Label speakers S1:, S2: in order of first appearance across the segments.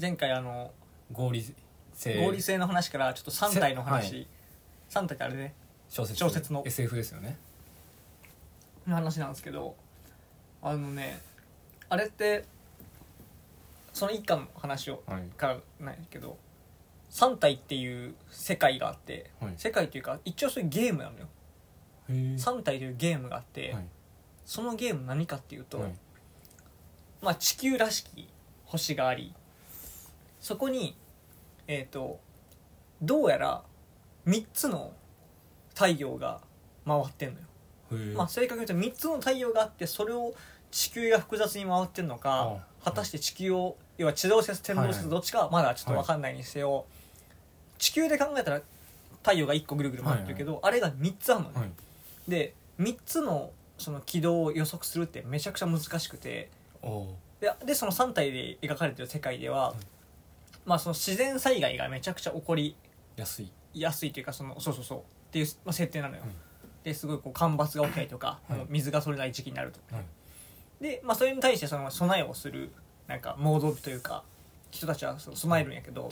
S1: 前回あの
S2: 合理性
S1: 合理性の話からちょっと3体の話、
S2: は
S1: 3体ってあれね
S2: 小説
S1: 小説の
S2: SF ですよね
S1: の話なんですけどあのねあれってその一巻の話を
S2: はい
S1: からないけど3体っていう世界があって、
S2: はい
S1: 世界というか一応そういうゲームなのよ
S2: へえ
S1: 3体というゲームがあって、
S2: はい
S1: そのゲーム何かっていうと、
S2: はい
S1: まあ、地球らしき星がありそこにえっ、とどうやら3つの太陽が回ってんのよ、
S2: へえ
S1: まあ、正確に言うと3つの太陽があってそれを地球が複雑に回ってんのか
S2: あ
S1: 果たして地球を要は地動説天動
S2: はいは
S1: 説
S2: い
S1: どっちかはまだちょっと分かんないにせよ、地球で考えたら太陽が1個ぐるぐる回ってるけど、あれが3つあるのね、
S2: はい
S1: で3つのその軌道を予測するってめちゃくちゃ難しくて
S2: おう
S1: ででその3体で描かれてる世界では、
S2: い
S1: まあその自然災害がめちゃくちゃ起こり
S2: 安い
S1: やすいというかそのそうそうそうっていう、まあ、設定なのよ、
S2: うん
S1: ですごいこう干ばつが起きたりとか、
S2: はい
S1: もう水が取れない時期になるとか、
S2: はい
S1: で、まあ、それに対してその備えをするなんか盲導というか人たちはその備えるんやけど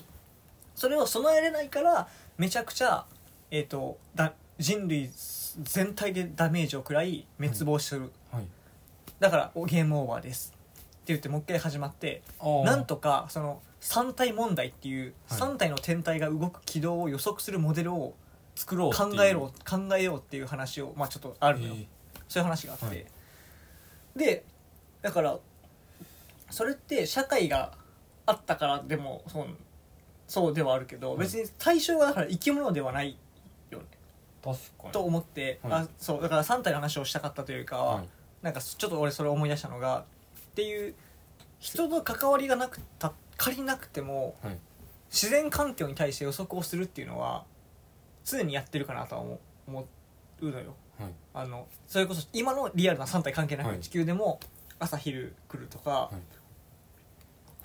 S1: それを備えれないからめちゃくちゃ、えー、とだ人類全体でダメージを食らい滅亡する、
S2: はい
S1: だからおゲームオーバーですって言ってもう一回始まって
S2: あ
S1: なんとかその三体問題っていう
S2: はい
S1: 三体の天体が動く軌道を予測するモデルを
S2: 作ろうってい
S1: 考
S2: う
S1: えろ考えようっていう話をまあちょっとあるのよ
S2: へえ
S1: そういう話があって、
S2: はい
S1: でだからそれって社会があったからでもそうそうではあるけど、
S2: はい
S1: 別に対象がだから生き物ではない
S2: 確か
S1: と思って、
S2: はい
S1: あそうだから三体の話をしたかったというか、
S2: にはい
S1: なんかちょっと俺それ思い出したのがっていう人と関わりがなくた借りなくても、
S2: はい
S1: 自然環境に対して予測をするっていうのは常にやってるかなとは思思うのよ
S2: はい
S1: あのそれこそ今のリアルな3体関係な
S2: は
S1: く
S2: い
S1: 地球でも朝昼来るとか、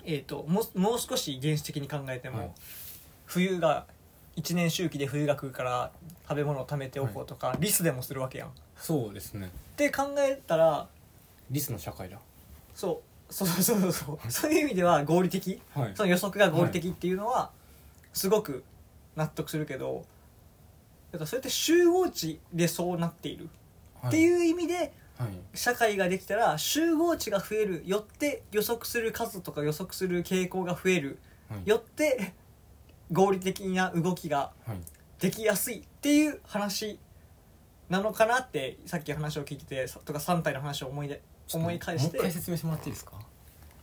S2: い
S1: えー、ともうもう少し原始的に考えても、
S2: はい
S1: 冬が1年周期で冬が来るから食べ物を貯めておこうとか、リスでもするわけやん。っ
S2: そうですね
S1: て考えたら
S2: リスの社会だ
S1: そうそうそうそうそうそういう意味では合理的
S2: はい
S1: その予測が合理的っていうのはすごく納得するけど、だからそれって集合値でそうなっている、って
S2: う
S1: いう意味で
S2: はい
S1: 社会ができたら集合値が増えるよって予測する数とか予測する傾向が増える
S2: はい
S1: よって合理的な動きが
S2: はい
S1: できやすいっていう話なのかなってさっき話を聞いててとか3体の話を思い出
S2: ちょっと
S1: 思い返して
S2: もう一回説明してもらっていいですか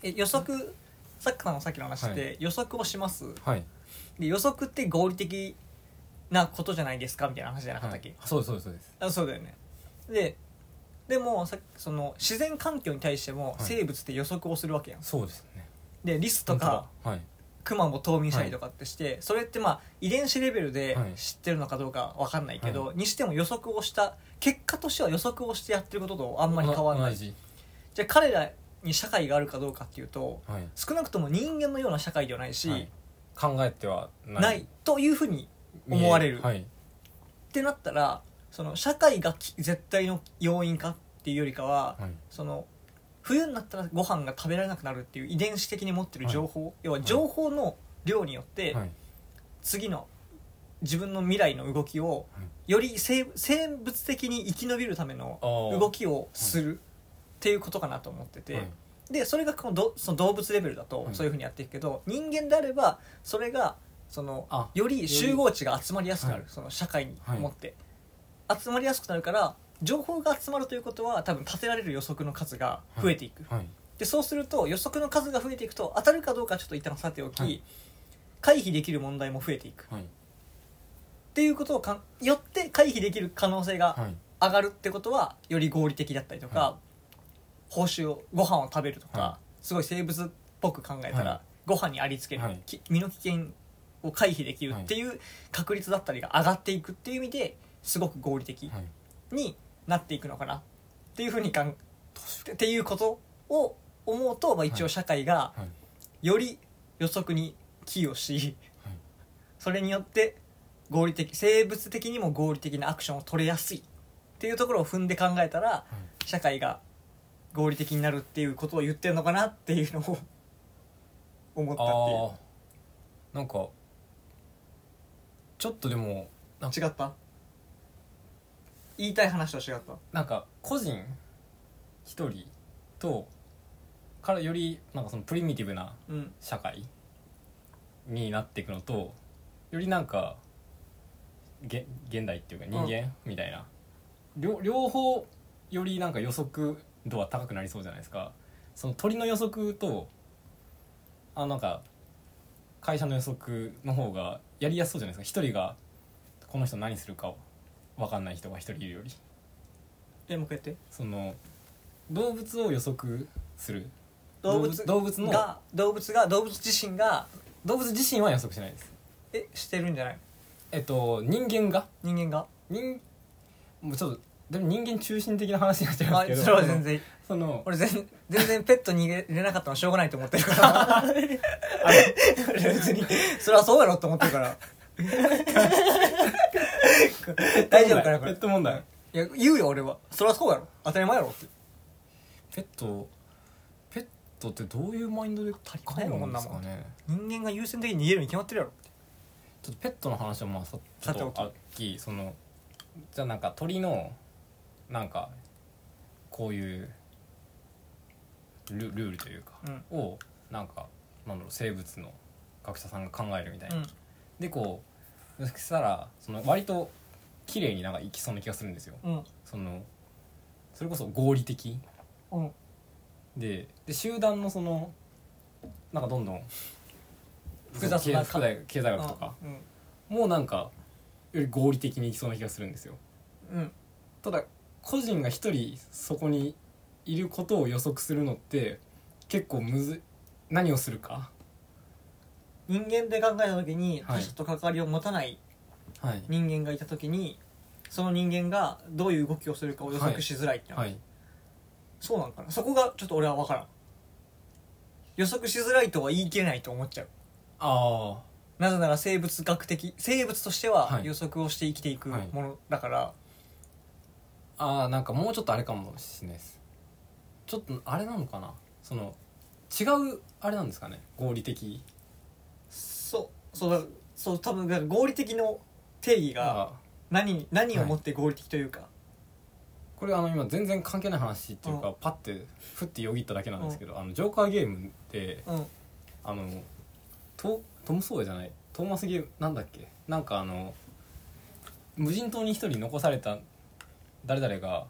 S1: え予測さっきのさっきの話で、
S2: は
S1: 予測をします
S2: はい
S1: で予測って合理的なことじゃないですかみたいな話じゃなかっ
S2: は
S1: たっけ、
S2: いそうですそうですそうです
S1: あそうだよねででもさっきその自然環境に対しても
S2: はい
S1: 生物って予測をするわけやん、
S2: そうですね
S1: でリスとか
S2: はい
S1: クマも冬眠したりとかってして、それってまあ遺伝子レベルで
S2: はい
S1: 知ってるのかどうかわかんないけど、
S2: は
S1: にしても予測をした結果としては予測をしてやってることとあんまり変わらな
S2: 同
S1: い
S2: じ
S1: じゃあ彼らに社会があるかどうかっていうと
S2: はい
S1: 少なくとも人間のような社会ではないし、
S2: はい考えてはない
S1: ないというふうに思われる
S2: はい
S1: ってなったらその社会がき絶対の要因かっていうよりかは
S2: はい
S1: その冬になったらご飯が食べられなくなるっていう遺伝子的に持ってる情報、要は情報の量によって
S2: はい
S1: 次の自分の未来の動きを
S2: は
S1: より生生物的に生き延びるための動
S2: き
S1: きをするっていうことかなと思ってて。
S2: はい
S1: でそれがこのどその動物レベルだと
S2: はい
S1: そういうふうにやっていくけど、人間であればそれがその
S2: あ
S1: より集合値が集まりやすくなる、
S2: はい
S1: その社会に
S2: はい
S1: 持って、集まりやすくなるから情報が集まるということは多分立てられる予測の数が増えていく、
S2: はい
S1: でそうすると予測の数が増えていくと当たるかどうかはちょっと一旦さておき、
S2: はい
S1: 回避できる問題も増えていくっ
S2: はい
S1: ていうことをかんよって回避できる可能性が
S2: はい
S1: 上がるってことはより合理的だったりとか、
S2: は
S1: 報酬をご飯を食べるとか、
S2: は
S1: すごい生物っぽく考えたら、
S2: はい
S1: ご飯にありつける、
S2: はい
S1: き身の危険を回避できるっていう確率だったりが上がっていくっていう意味ですごく合理的
S2: はい
S1: になっていくのかなっていうふうにかんっていうことを思うと、まあ、一応社会が
S2: はい
S1: より予測に寄与し、
S2: はい
S1: それによって合理的生物的にも合理的なアクションを取れやすいっていうところを踏んで考えたら、社会が合理的になるっていうことを言ってるのかなっていうのを 思った
S2: あ
S1: っ
S2: あなんかちょっとでもなん
S1: て
S2: か
S1: いう違った言いたい話とは違った
S2: なんか個人一人とからよりなんかそのプリミティブな
S1: うん
S2: 社会になっていくのとよりなんかげ現代っていうか人間みたいな、両両方よりなんか予測度は高くなりそうじゃないですかその鳥の予測とあなんか会社の予測の方がやりやすそうじゃないですか一人がこの人何するかを分かんない人が一人いるより
S1: えもう一回やって
S2: その動物を予測する
S1: 動物
S2: 動物の
S1: が動物が動物自身が
S2: 動物自身は予測しないです
S1: えしてるんじゃない
S2: えっと人間が
S1: 人間が
S2: 人もうちょっとでも人間中心的な話になっちゃいま
S1: あ
S2: すけど
S1: それは全然
S2: その
S1: 俺全全然ペットに入れ入れなかったのはしょうがないと思ってるから別にそれはそうやろと思ってるから大丈夫かなこ
S2: ペ
S1: れ
S2: ット問題
S1: いや言うよ俺はそれはそうやろ当たり前やろって
S2: ペットペットってどういうマインドで飼
S1: 前
S2: う
S1: のも
S2: もん
S1: ん
S2: で
S1: な
S2: す
S1: も
S2: か
S1: ん
S2: ね
S1: 人間が優先的に逃げるに決まってるやろ
S2: ちょっとペットの話はまあさちょ
S1: さ
S2: って
S1: おき
S2: とあっきそのじゃあなんか鳥のなんかこういうルルールというか、をなんかなんだろう生物の学者さんが考えるみたいな、
S1: うん
S2: でこうそしたらその割と綺麗になんかいきそうな気がするんですよ
S1: うん
S2: そのそれこそ合理的
S1: うん
S2: でで集団のそのなんかどんどん
S1: 複雑な
S2: 経経済経済学とかもうなんかより合理的にいきそうな気がするんですよ
S1: うんうん
S2: ただ個人が一人そこにいることを予測するのって結構むずい何をするか
S1: 人間で考えた時に
S2: は
S1: 他
S2: い
S1: 者と関わりを持たない
S2: はい
S1: 人間がいた時にその人間がどういう動きをするかを予測しづらいってのは
S2: はい
S1: そうなんかなそこがちょっと俺は分からん予測しづらいとは言い切れないと思っちゃう
S2: あ
S1: なぜなら生物学的生物としては
S2: はい
S1: 予測をして生きていく
S2: はい
S1: ものだから、
S2: あああなんかもうちょっとあれかもしれないですちょっとあれなのかなその違うあれなんですかね合理的
S1: そうそうだそう多分だから合理的の定義が
S2: が
S1: 何に何をもって合理的というか、
S2: これあの今全然関係ない話っていう
S1: う
S2: かパッてふってよぎっただけなんですけどあのジョーカーゲームって
S1: うん
S2: あのトトム・ソーヤじゃないトーマス・ゲームなんだっけなんかあの無人島に一人残された誰々が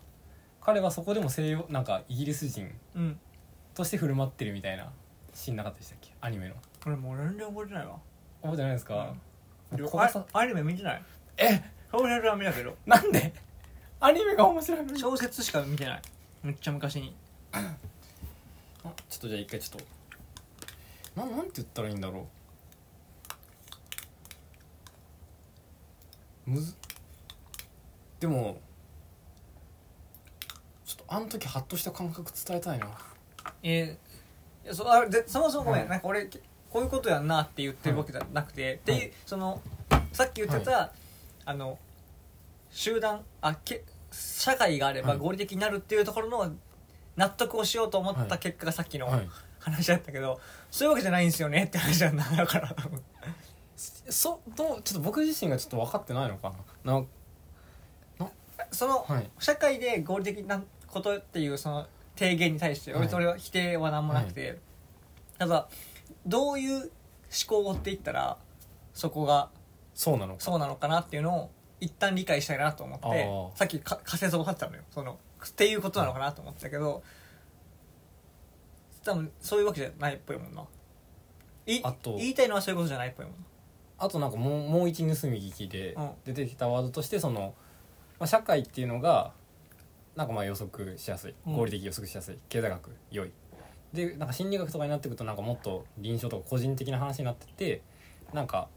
S2: 彼はそこでも西洋なんかイギリス人
S1: うん
S2: として振る舞ってるみたいなシーンなかったでしたっけアニメの
S1: 俺もう全然覚えてないわ
S2: 覚えてないですか、
S1: りょ
S2: ここさ
S1: あアニメ見てない
S2: え
S1: 小説は見たけど
S2: なんで アニメが面白いのに
S1: 小説しか見てないめっちゃ昔に
S2: あちょっとじゃあ一回ちょっとななんて言ったらいいんだろうむずでもちょっとあの時ハッとした感覚伝えたいな
S1: えーいやそあでそもそもごめん、
S2: はい
S1: なんか俺こういうことやんなって言ってるわけじゃなくて、っていう、
S2: はい
S1: そのさっき言ってた、あの集団あけ社会があれば
S2: はい
S1: 合理的になるっていうところの納得をしようと思っ
S2: は
S1: た
S2: い
S1: 結果がさっきの
S2: はい
S1: 話だったけど、そういうわけじゃないんですよねって話なんだだから
S2: そどうちょっと僕自身がちょっと分かってないのかなな
S1: その
S2: はい
S1: 社会で合理的なことっていうその提言に対して
S2: はい
S1: 俺と俺は否定は何もなくて、ただどういう思考を追っていったらそこが
S2: そうなのか
S1: そうなのかなっていうのを一旦理解したいなと思
S2: あ
S1: っ
S2: ー
S1: てさっきか仮説を立ってたのよそのっていうことなのかなと思ってたけど多分そういうわけじゃないっぽいもんない
S2: あと
S1: 言いたいのはそういうことじゃないっぽいもん
S2: あとなんかもうもう一盗み聞きで
S1: うん
S2: 出てきたワードとしてその、まあ、社会っていうのがなんかまあ予測しやすい
S1: うん
S2: 合理的予測しやすい、経済学良いでなんか心理学とかになってくるとなんかもっと臨床とか個人的な話になってってなんか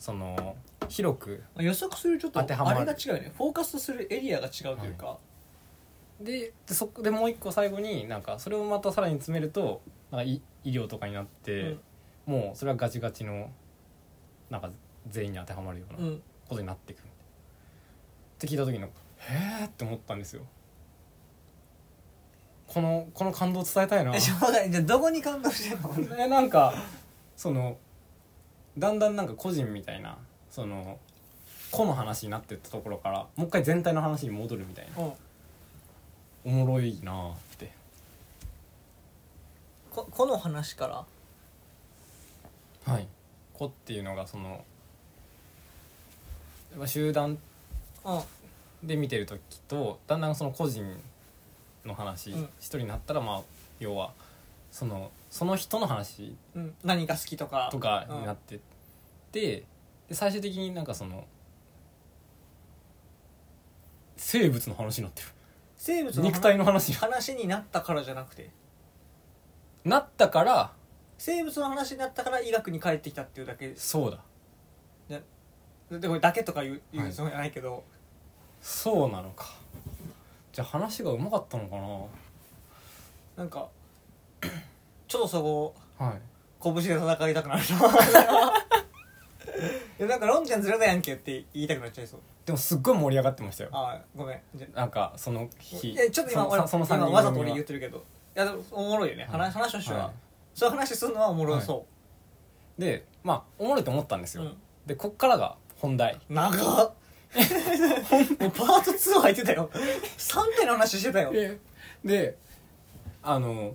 S2: その広く
S1: な予測するちょっと
S2: 当てはま
S1: あ
S2: る
S1: れが違うよねフォーカスするエリアが違うというか、
S2: ででそこでもう一個最後になんかそれをまたさらに詰めるとなんか医医療とかになって、もうそれはガチガチのなんか全員に当てはまるような
S1: うん、うん、
S2: ことになっていくって聞いた時の「へえ」って思ったんですよこのこの感動伝えたい な
S1: えしょうがないじゃあどこに感動してんの
S2: えなんかそのだんだんなんか個人みたいなその個の話になってったところからもう一回全体の話に戻るみたいな
S1: うん
S2: おもろいなあって
S1: ここの話から
S2: はい個っていうのがそのまあ集団
S1: うん
S2: で見てる時とだんだんその個人の話、
S1: うん
S2: 一人になったらまあ要はそのその人の話
S1: うん、何が好きとか
S2: とかになってって、で最終的になんかその生物の話になってる
S1: 生物の
S2: 肉体の話に
S1: 話になったからじゃなくて
S2: なったから
S1: 生物の話になったから医学に帰ってきたっていうだけです
S2: そうだ
S1: でこれだけとか言う言
S2: は
S1: う
S2: い
S1: つもりはないけど、
S2: そうなのかじゃあ話がうまかったのか
S1: なんか 超そこ
S2: なはい
S1: 拳で戦いたくな るななんかロンちゃんずれだやんけって言いたくなっちゃいそう
S2: でもすっごい盛り上がってましたよ
S1: ああごめんじゃ
S2: なんかその日
S1: いやちょっと今
S2: そ
S1: 俺
S2: のその三
S1: 今
S2: 人
S1: わざと
S2: 組
S1: 俺
S2: は
S1: 言ってるけどいやでもおもろいよね、
S2: はい
S1: 話話をしては、
S2: は
S1: そういう話するのはおもろそ
S2: いでまあおもろいと思ったんです
S1: う、
S2: よ、でこっからが本題
S1: うん、長 っもうパート2入ってたよ3点の話してたよ
S2: でであの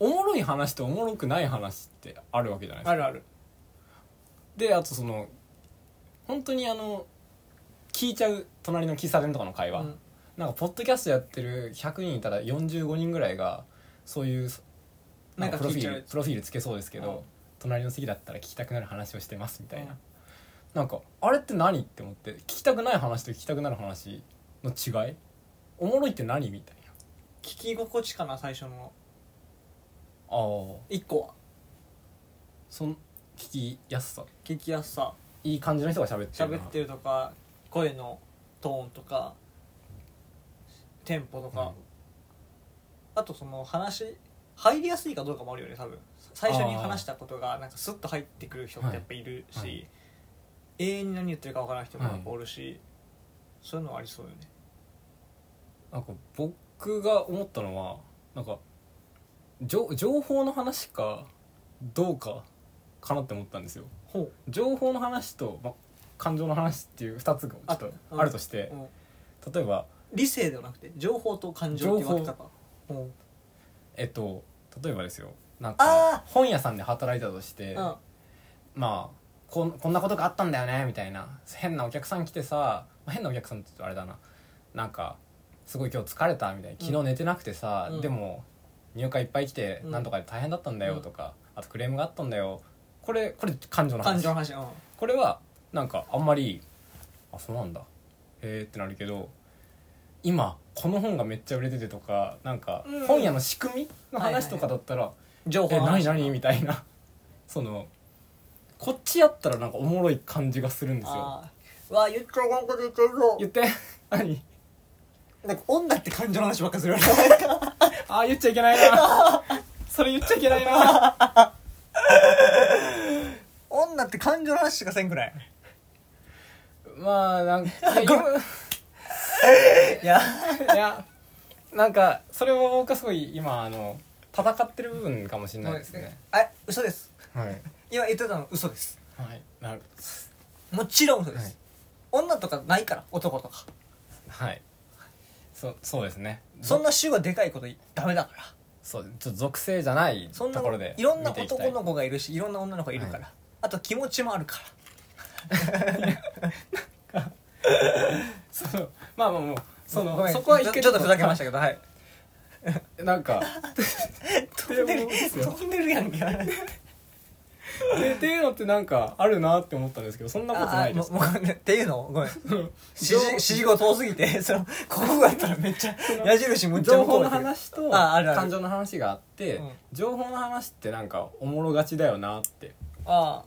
S2: おもろい話とおもろくない話ってあるわけじゃないです
S1: あ
S2: か
S1: るある
S2: であとその本当にあの聞いちゃう隣の喫茶店とかの会話、
S1: うん
S2: なんかポッドキャストやってる100人いたら45人ぐらいがそういう
S1: な
S2: なんん
S1: か
S2: かプロ
S1: 聞
S2: フ
S1: い
S2: ィ
S1: ちゃ
S2: ー
S1: う
S2: ルプロフィールつけそうですけど、
S1: うん
S2: 隣の席だったら聞きたくなる話をしてますみたいな、
S1: うん
S2: なんかあれって何って思って聞きたくない話と聞きたくなる話の違いおもろいって何みたいな
S1: 聞き心地かな最初の
S2: ああ
S1: 1個は
S2: その聞きやすさ
S1: 聞きやすさ
S2: いい感じの人が喋ってるな
S1: 喋ってるとか声のトーンとかテンポとか、
S2: うん
S1: あとその話入りやすいかどうかもあるよね多分最初に話したことがなんかスッと入ってくる人ってやっぱいるし、
S2: はいはい
S1: 永遠に何言ってるかわからない人もやっぱお
S2: はい
S1: るし、そういうのはありそうよね
S2: なんか僕が思ったのはなんか情情報の話かどうかかなって思ったんですよ
S1: ほ
S2: 情報の話と、ま、感情の話っていう2つがちょっと
S1: あうん
S2: あるとして
S1: う、うん
S2: 例えば
S1: 理性ではなくて情報と感情って分けたかほ
S2: えっと例えばですよなん
S1: あ
S2: か本屋さんで働いたとして
S1: ううん
S2: まあこんこんなことがあったんだよねみたいな変なお客さん来てさまあ変なお客さんって言うとあれだななんかすごい今日疲れたみたいな昨日寝てなくてさ、
S1: うん
S2: でも入荷いっぱい来て
S1: うん
S2: なんとかで大変だったんだよとか、あとクレームがあったんだよこれこれ感情の
S1: 感
S2: 話
S1: 情の話うん
S2: これはなんかあんまりあそうなんだへえってなるけど今この本がめっちゃ売れててとかなんか
S1: うん
S2: 本屋の仕組みの話とかだったら、
S1: 情報
S2: え
S1: の
S2: 何
S1: 話
S2: 何みたいな そのこっちやったらなんかおもろい感じがするんですよ
S1: あーうわ言っちゃうこんこと言っちゃうぞ
S2: 言って 何
S1: なんか女って感情の話ばっかするよね
S2: ああ言っちゃいけないな それ言っちゃいけないな
S1: 女って感情の話しかせんくらい
S2: ま あなんかいや
S1: いや
S2: いやなんかそれも僕はすごい今あの戦ってる部分かもしれないですね
S1: あ嘘です
S2: はい、
S1: 今言ってたの嘘です
S2: はい、なる
S1: もちろん嘘です、
S2: はい
S1: 女とかないから男とか
S2: はいそそうですね
S1: そん
S2: な
S1: な主はでかいことダメだから
S2: そうちょっと属性じゃないと
S1: そんな
S2: ころで
S1: いろんな
S2: 見ていきた
S1: 男の子がいるしいろんな女の子がいるから、
S2: は
S1: あと気持ちもあるから
S2: そうまあまあもうそ
S1: ご
S2: の
S1: めん
S2: そこは
S1: ち
S2: 一
S1: ょ
S2: 回
S1: ちょっとふざけましたけどはい
S2: なんか
S1: 飛んでる
S2: いやもう嘘よ
S1: 飛んでるやんけあれ
S2: でっていうのってなんかあるなって思ったんですけどそんなこと
S1: あ
S2: な
S1: あ
S2: いで
S1: もう
S2: す
S1: もうごめんっていうのごめん
S2: 指
S1: 指示指示語遠すぎて そのここがあったらめっちゃ矢印むっちゃ
S2: 情
S1: 向こ
S2: 報
S1: う
S2: の
S1: だけど
S2: 話と
S1: ああるある
S2: 感情の話があって
S1: うん
S2: 情報の話ってなんかおもろがちだよなって
S1: あ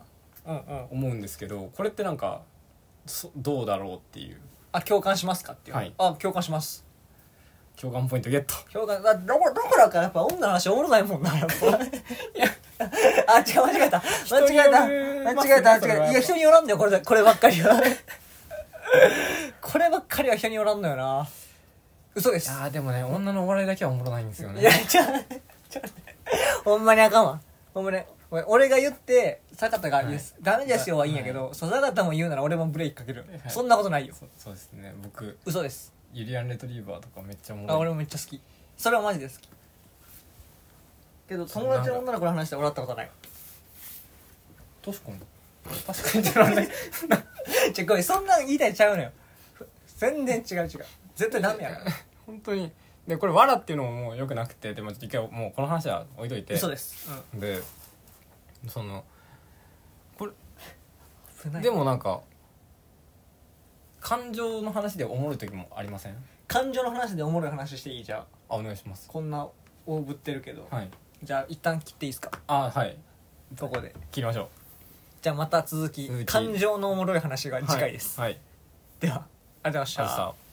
S1: あうんうん
S2: 思うんですけどこれってなんかそどうだろうっていう
S1: あ共感しますかっていう、
S2: はい
S1: あ共感します
S2: 共感ポイントゲット
S1: 共感だどこどこだかやっぱ女の話おもろないもんなやっ ぱ あ違う間違えた間違えた間
S2: 人に
S1: 違
S2: よ
S1: え
S2: り
S1: た
S2: ま
S1: 間違え
S2: すね
S1: た
S2: それはやっぱ
S1: いや人によらんだよこれだこればっかりは こればっかりは人によらんのよな嘘で
S2: い
S1: す
S2: やーでもね女のお笑いだけはおもろないんですよ
S1: いや
S2: ね
S1: ちょちょほんまにあかんわほんまに俺俺が言って坂田が
S2: はい
S1: 言う「ダメですよ」はいいんやけど、そう坂田も言うなら俺もブレーキかける、
S2: はい
S1: そんなことないよ
S2: そそうですね僕
S1: 嘘です
S2: ユリアン・レトリーバーとかめっちゃおも
S1: あ
S2: ろ
S1: 俺
S2: い
S1: もめっちゃ好きそれはマジで好きけど友達の女の子の話で俺会ったことない
S2: 確かに確かにって 言われな い
S1: ちょごめんそんなん言いたいちゃうのよふ全然違う違う絶対ダメやから
S2: 本当にでこれ「わら」っていうのももうよくなくてでも一回もうこの話は置いといて
S1: 嘘です、うん
S2: でその
S1: 危ない、
S2: でもなんか感情の話でおもろい時もありません
S1: 感情の話でおもろい話していいじゃあ
S2: あお願いします
S1: こんな大ぶってるけど、
S2: はい
S1: じゃあ一旦切っていいですか
S2: あはい
S1: ここで
S2: 切りましょ
S1: じゃあまた続き
S2: 続き
S1: 感情のおもろい話が
S2: う
S1: 次回です、
S2: はい、はい、
S1: ではありがとうございまし
S2: あ
S1: た
S2: さ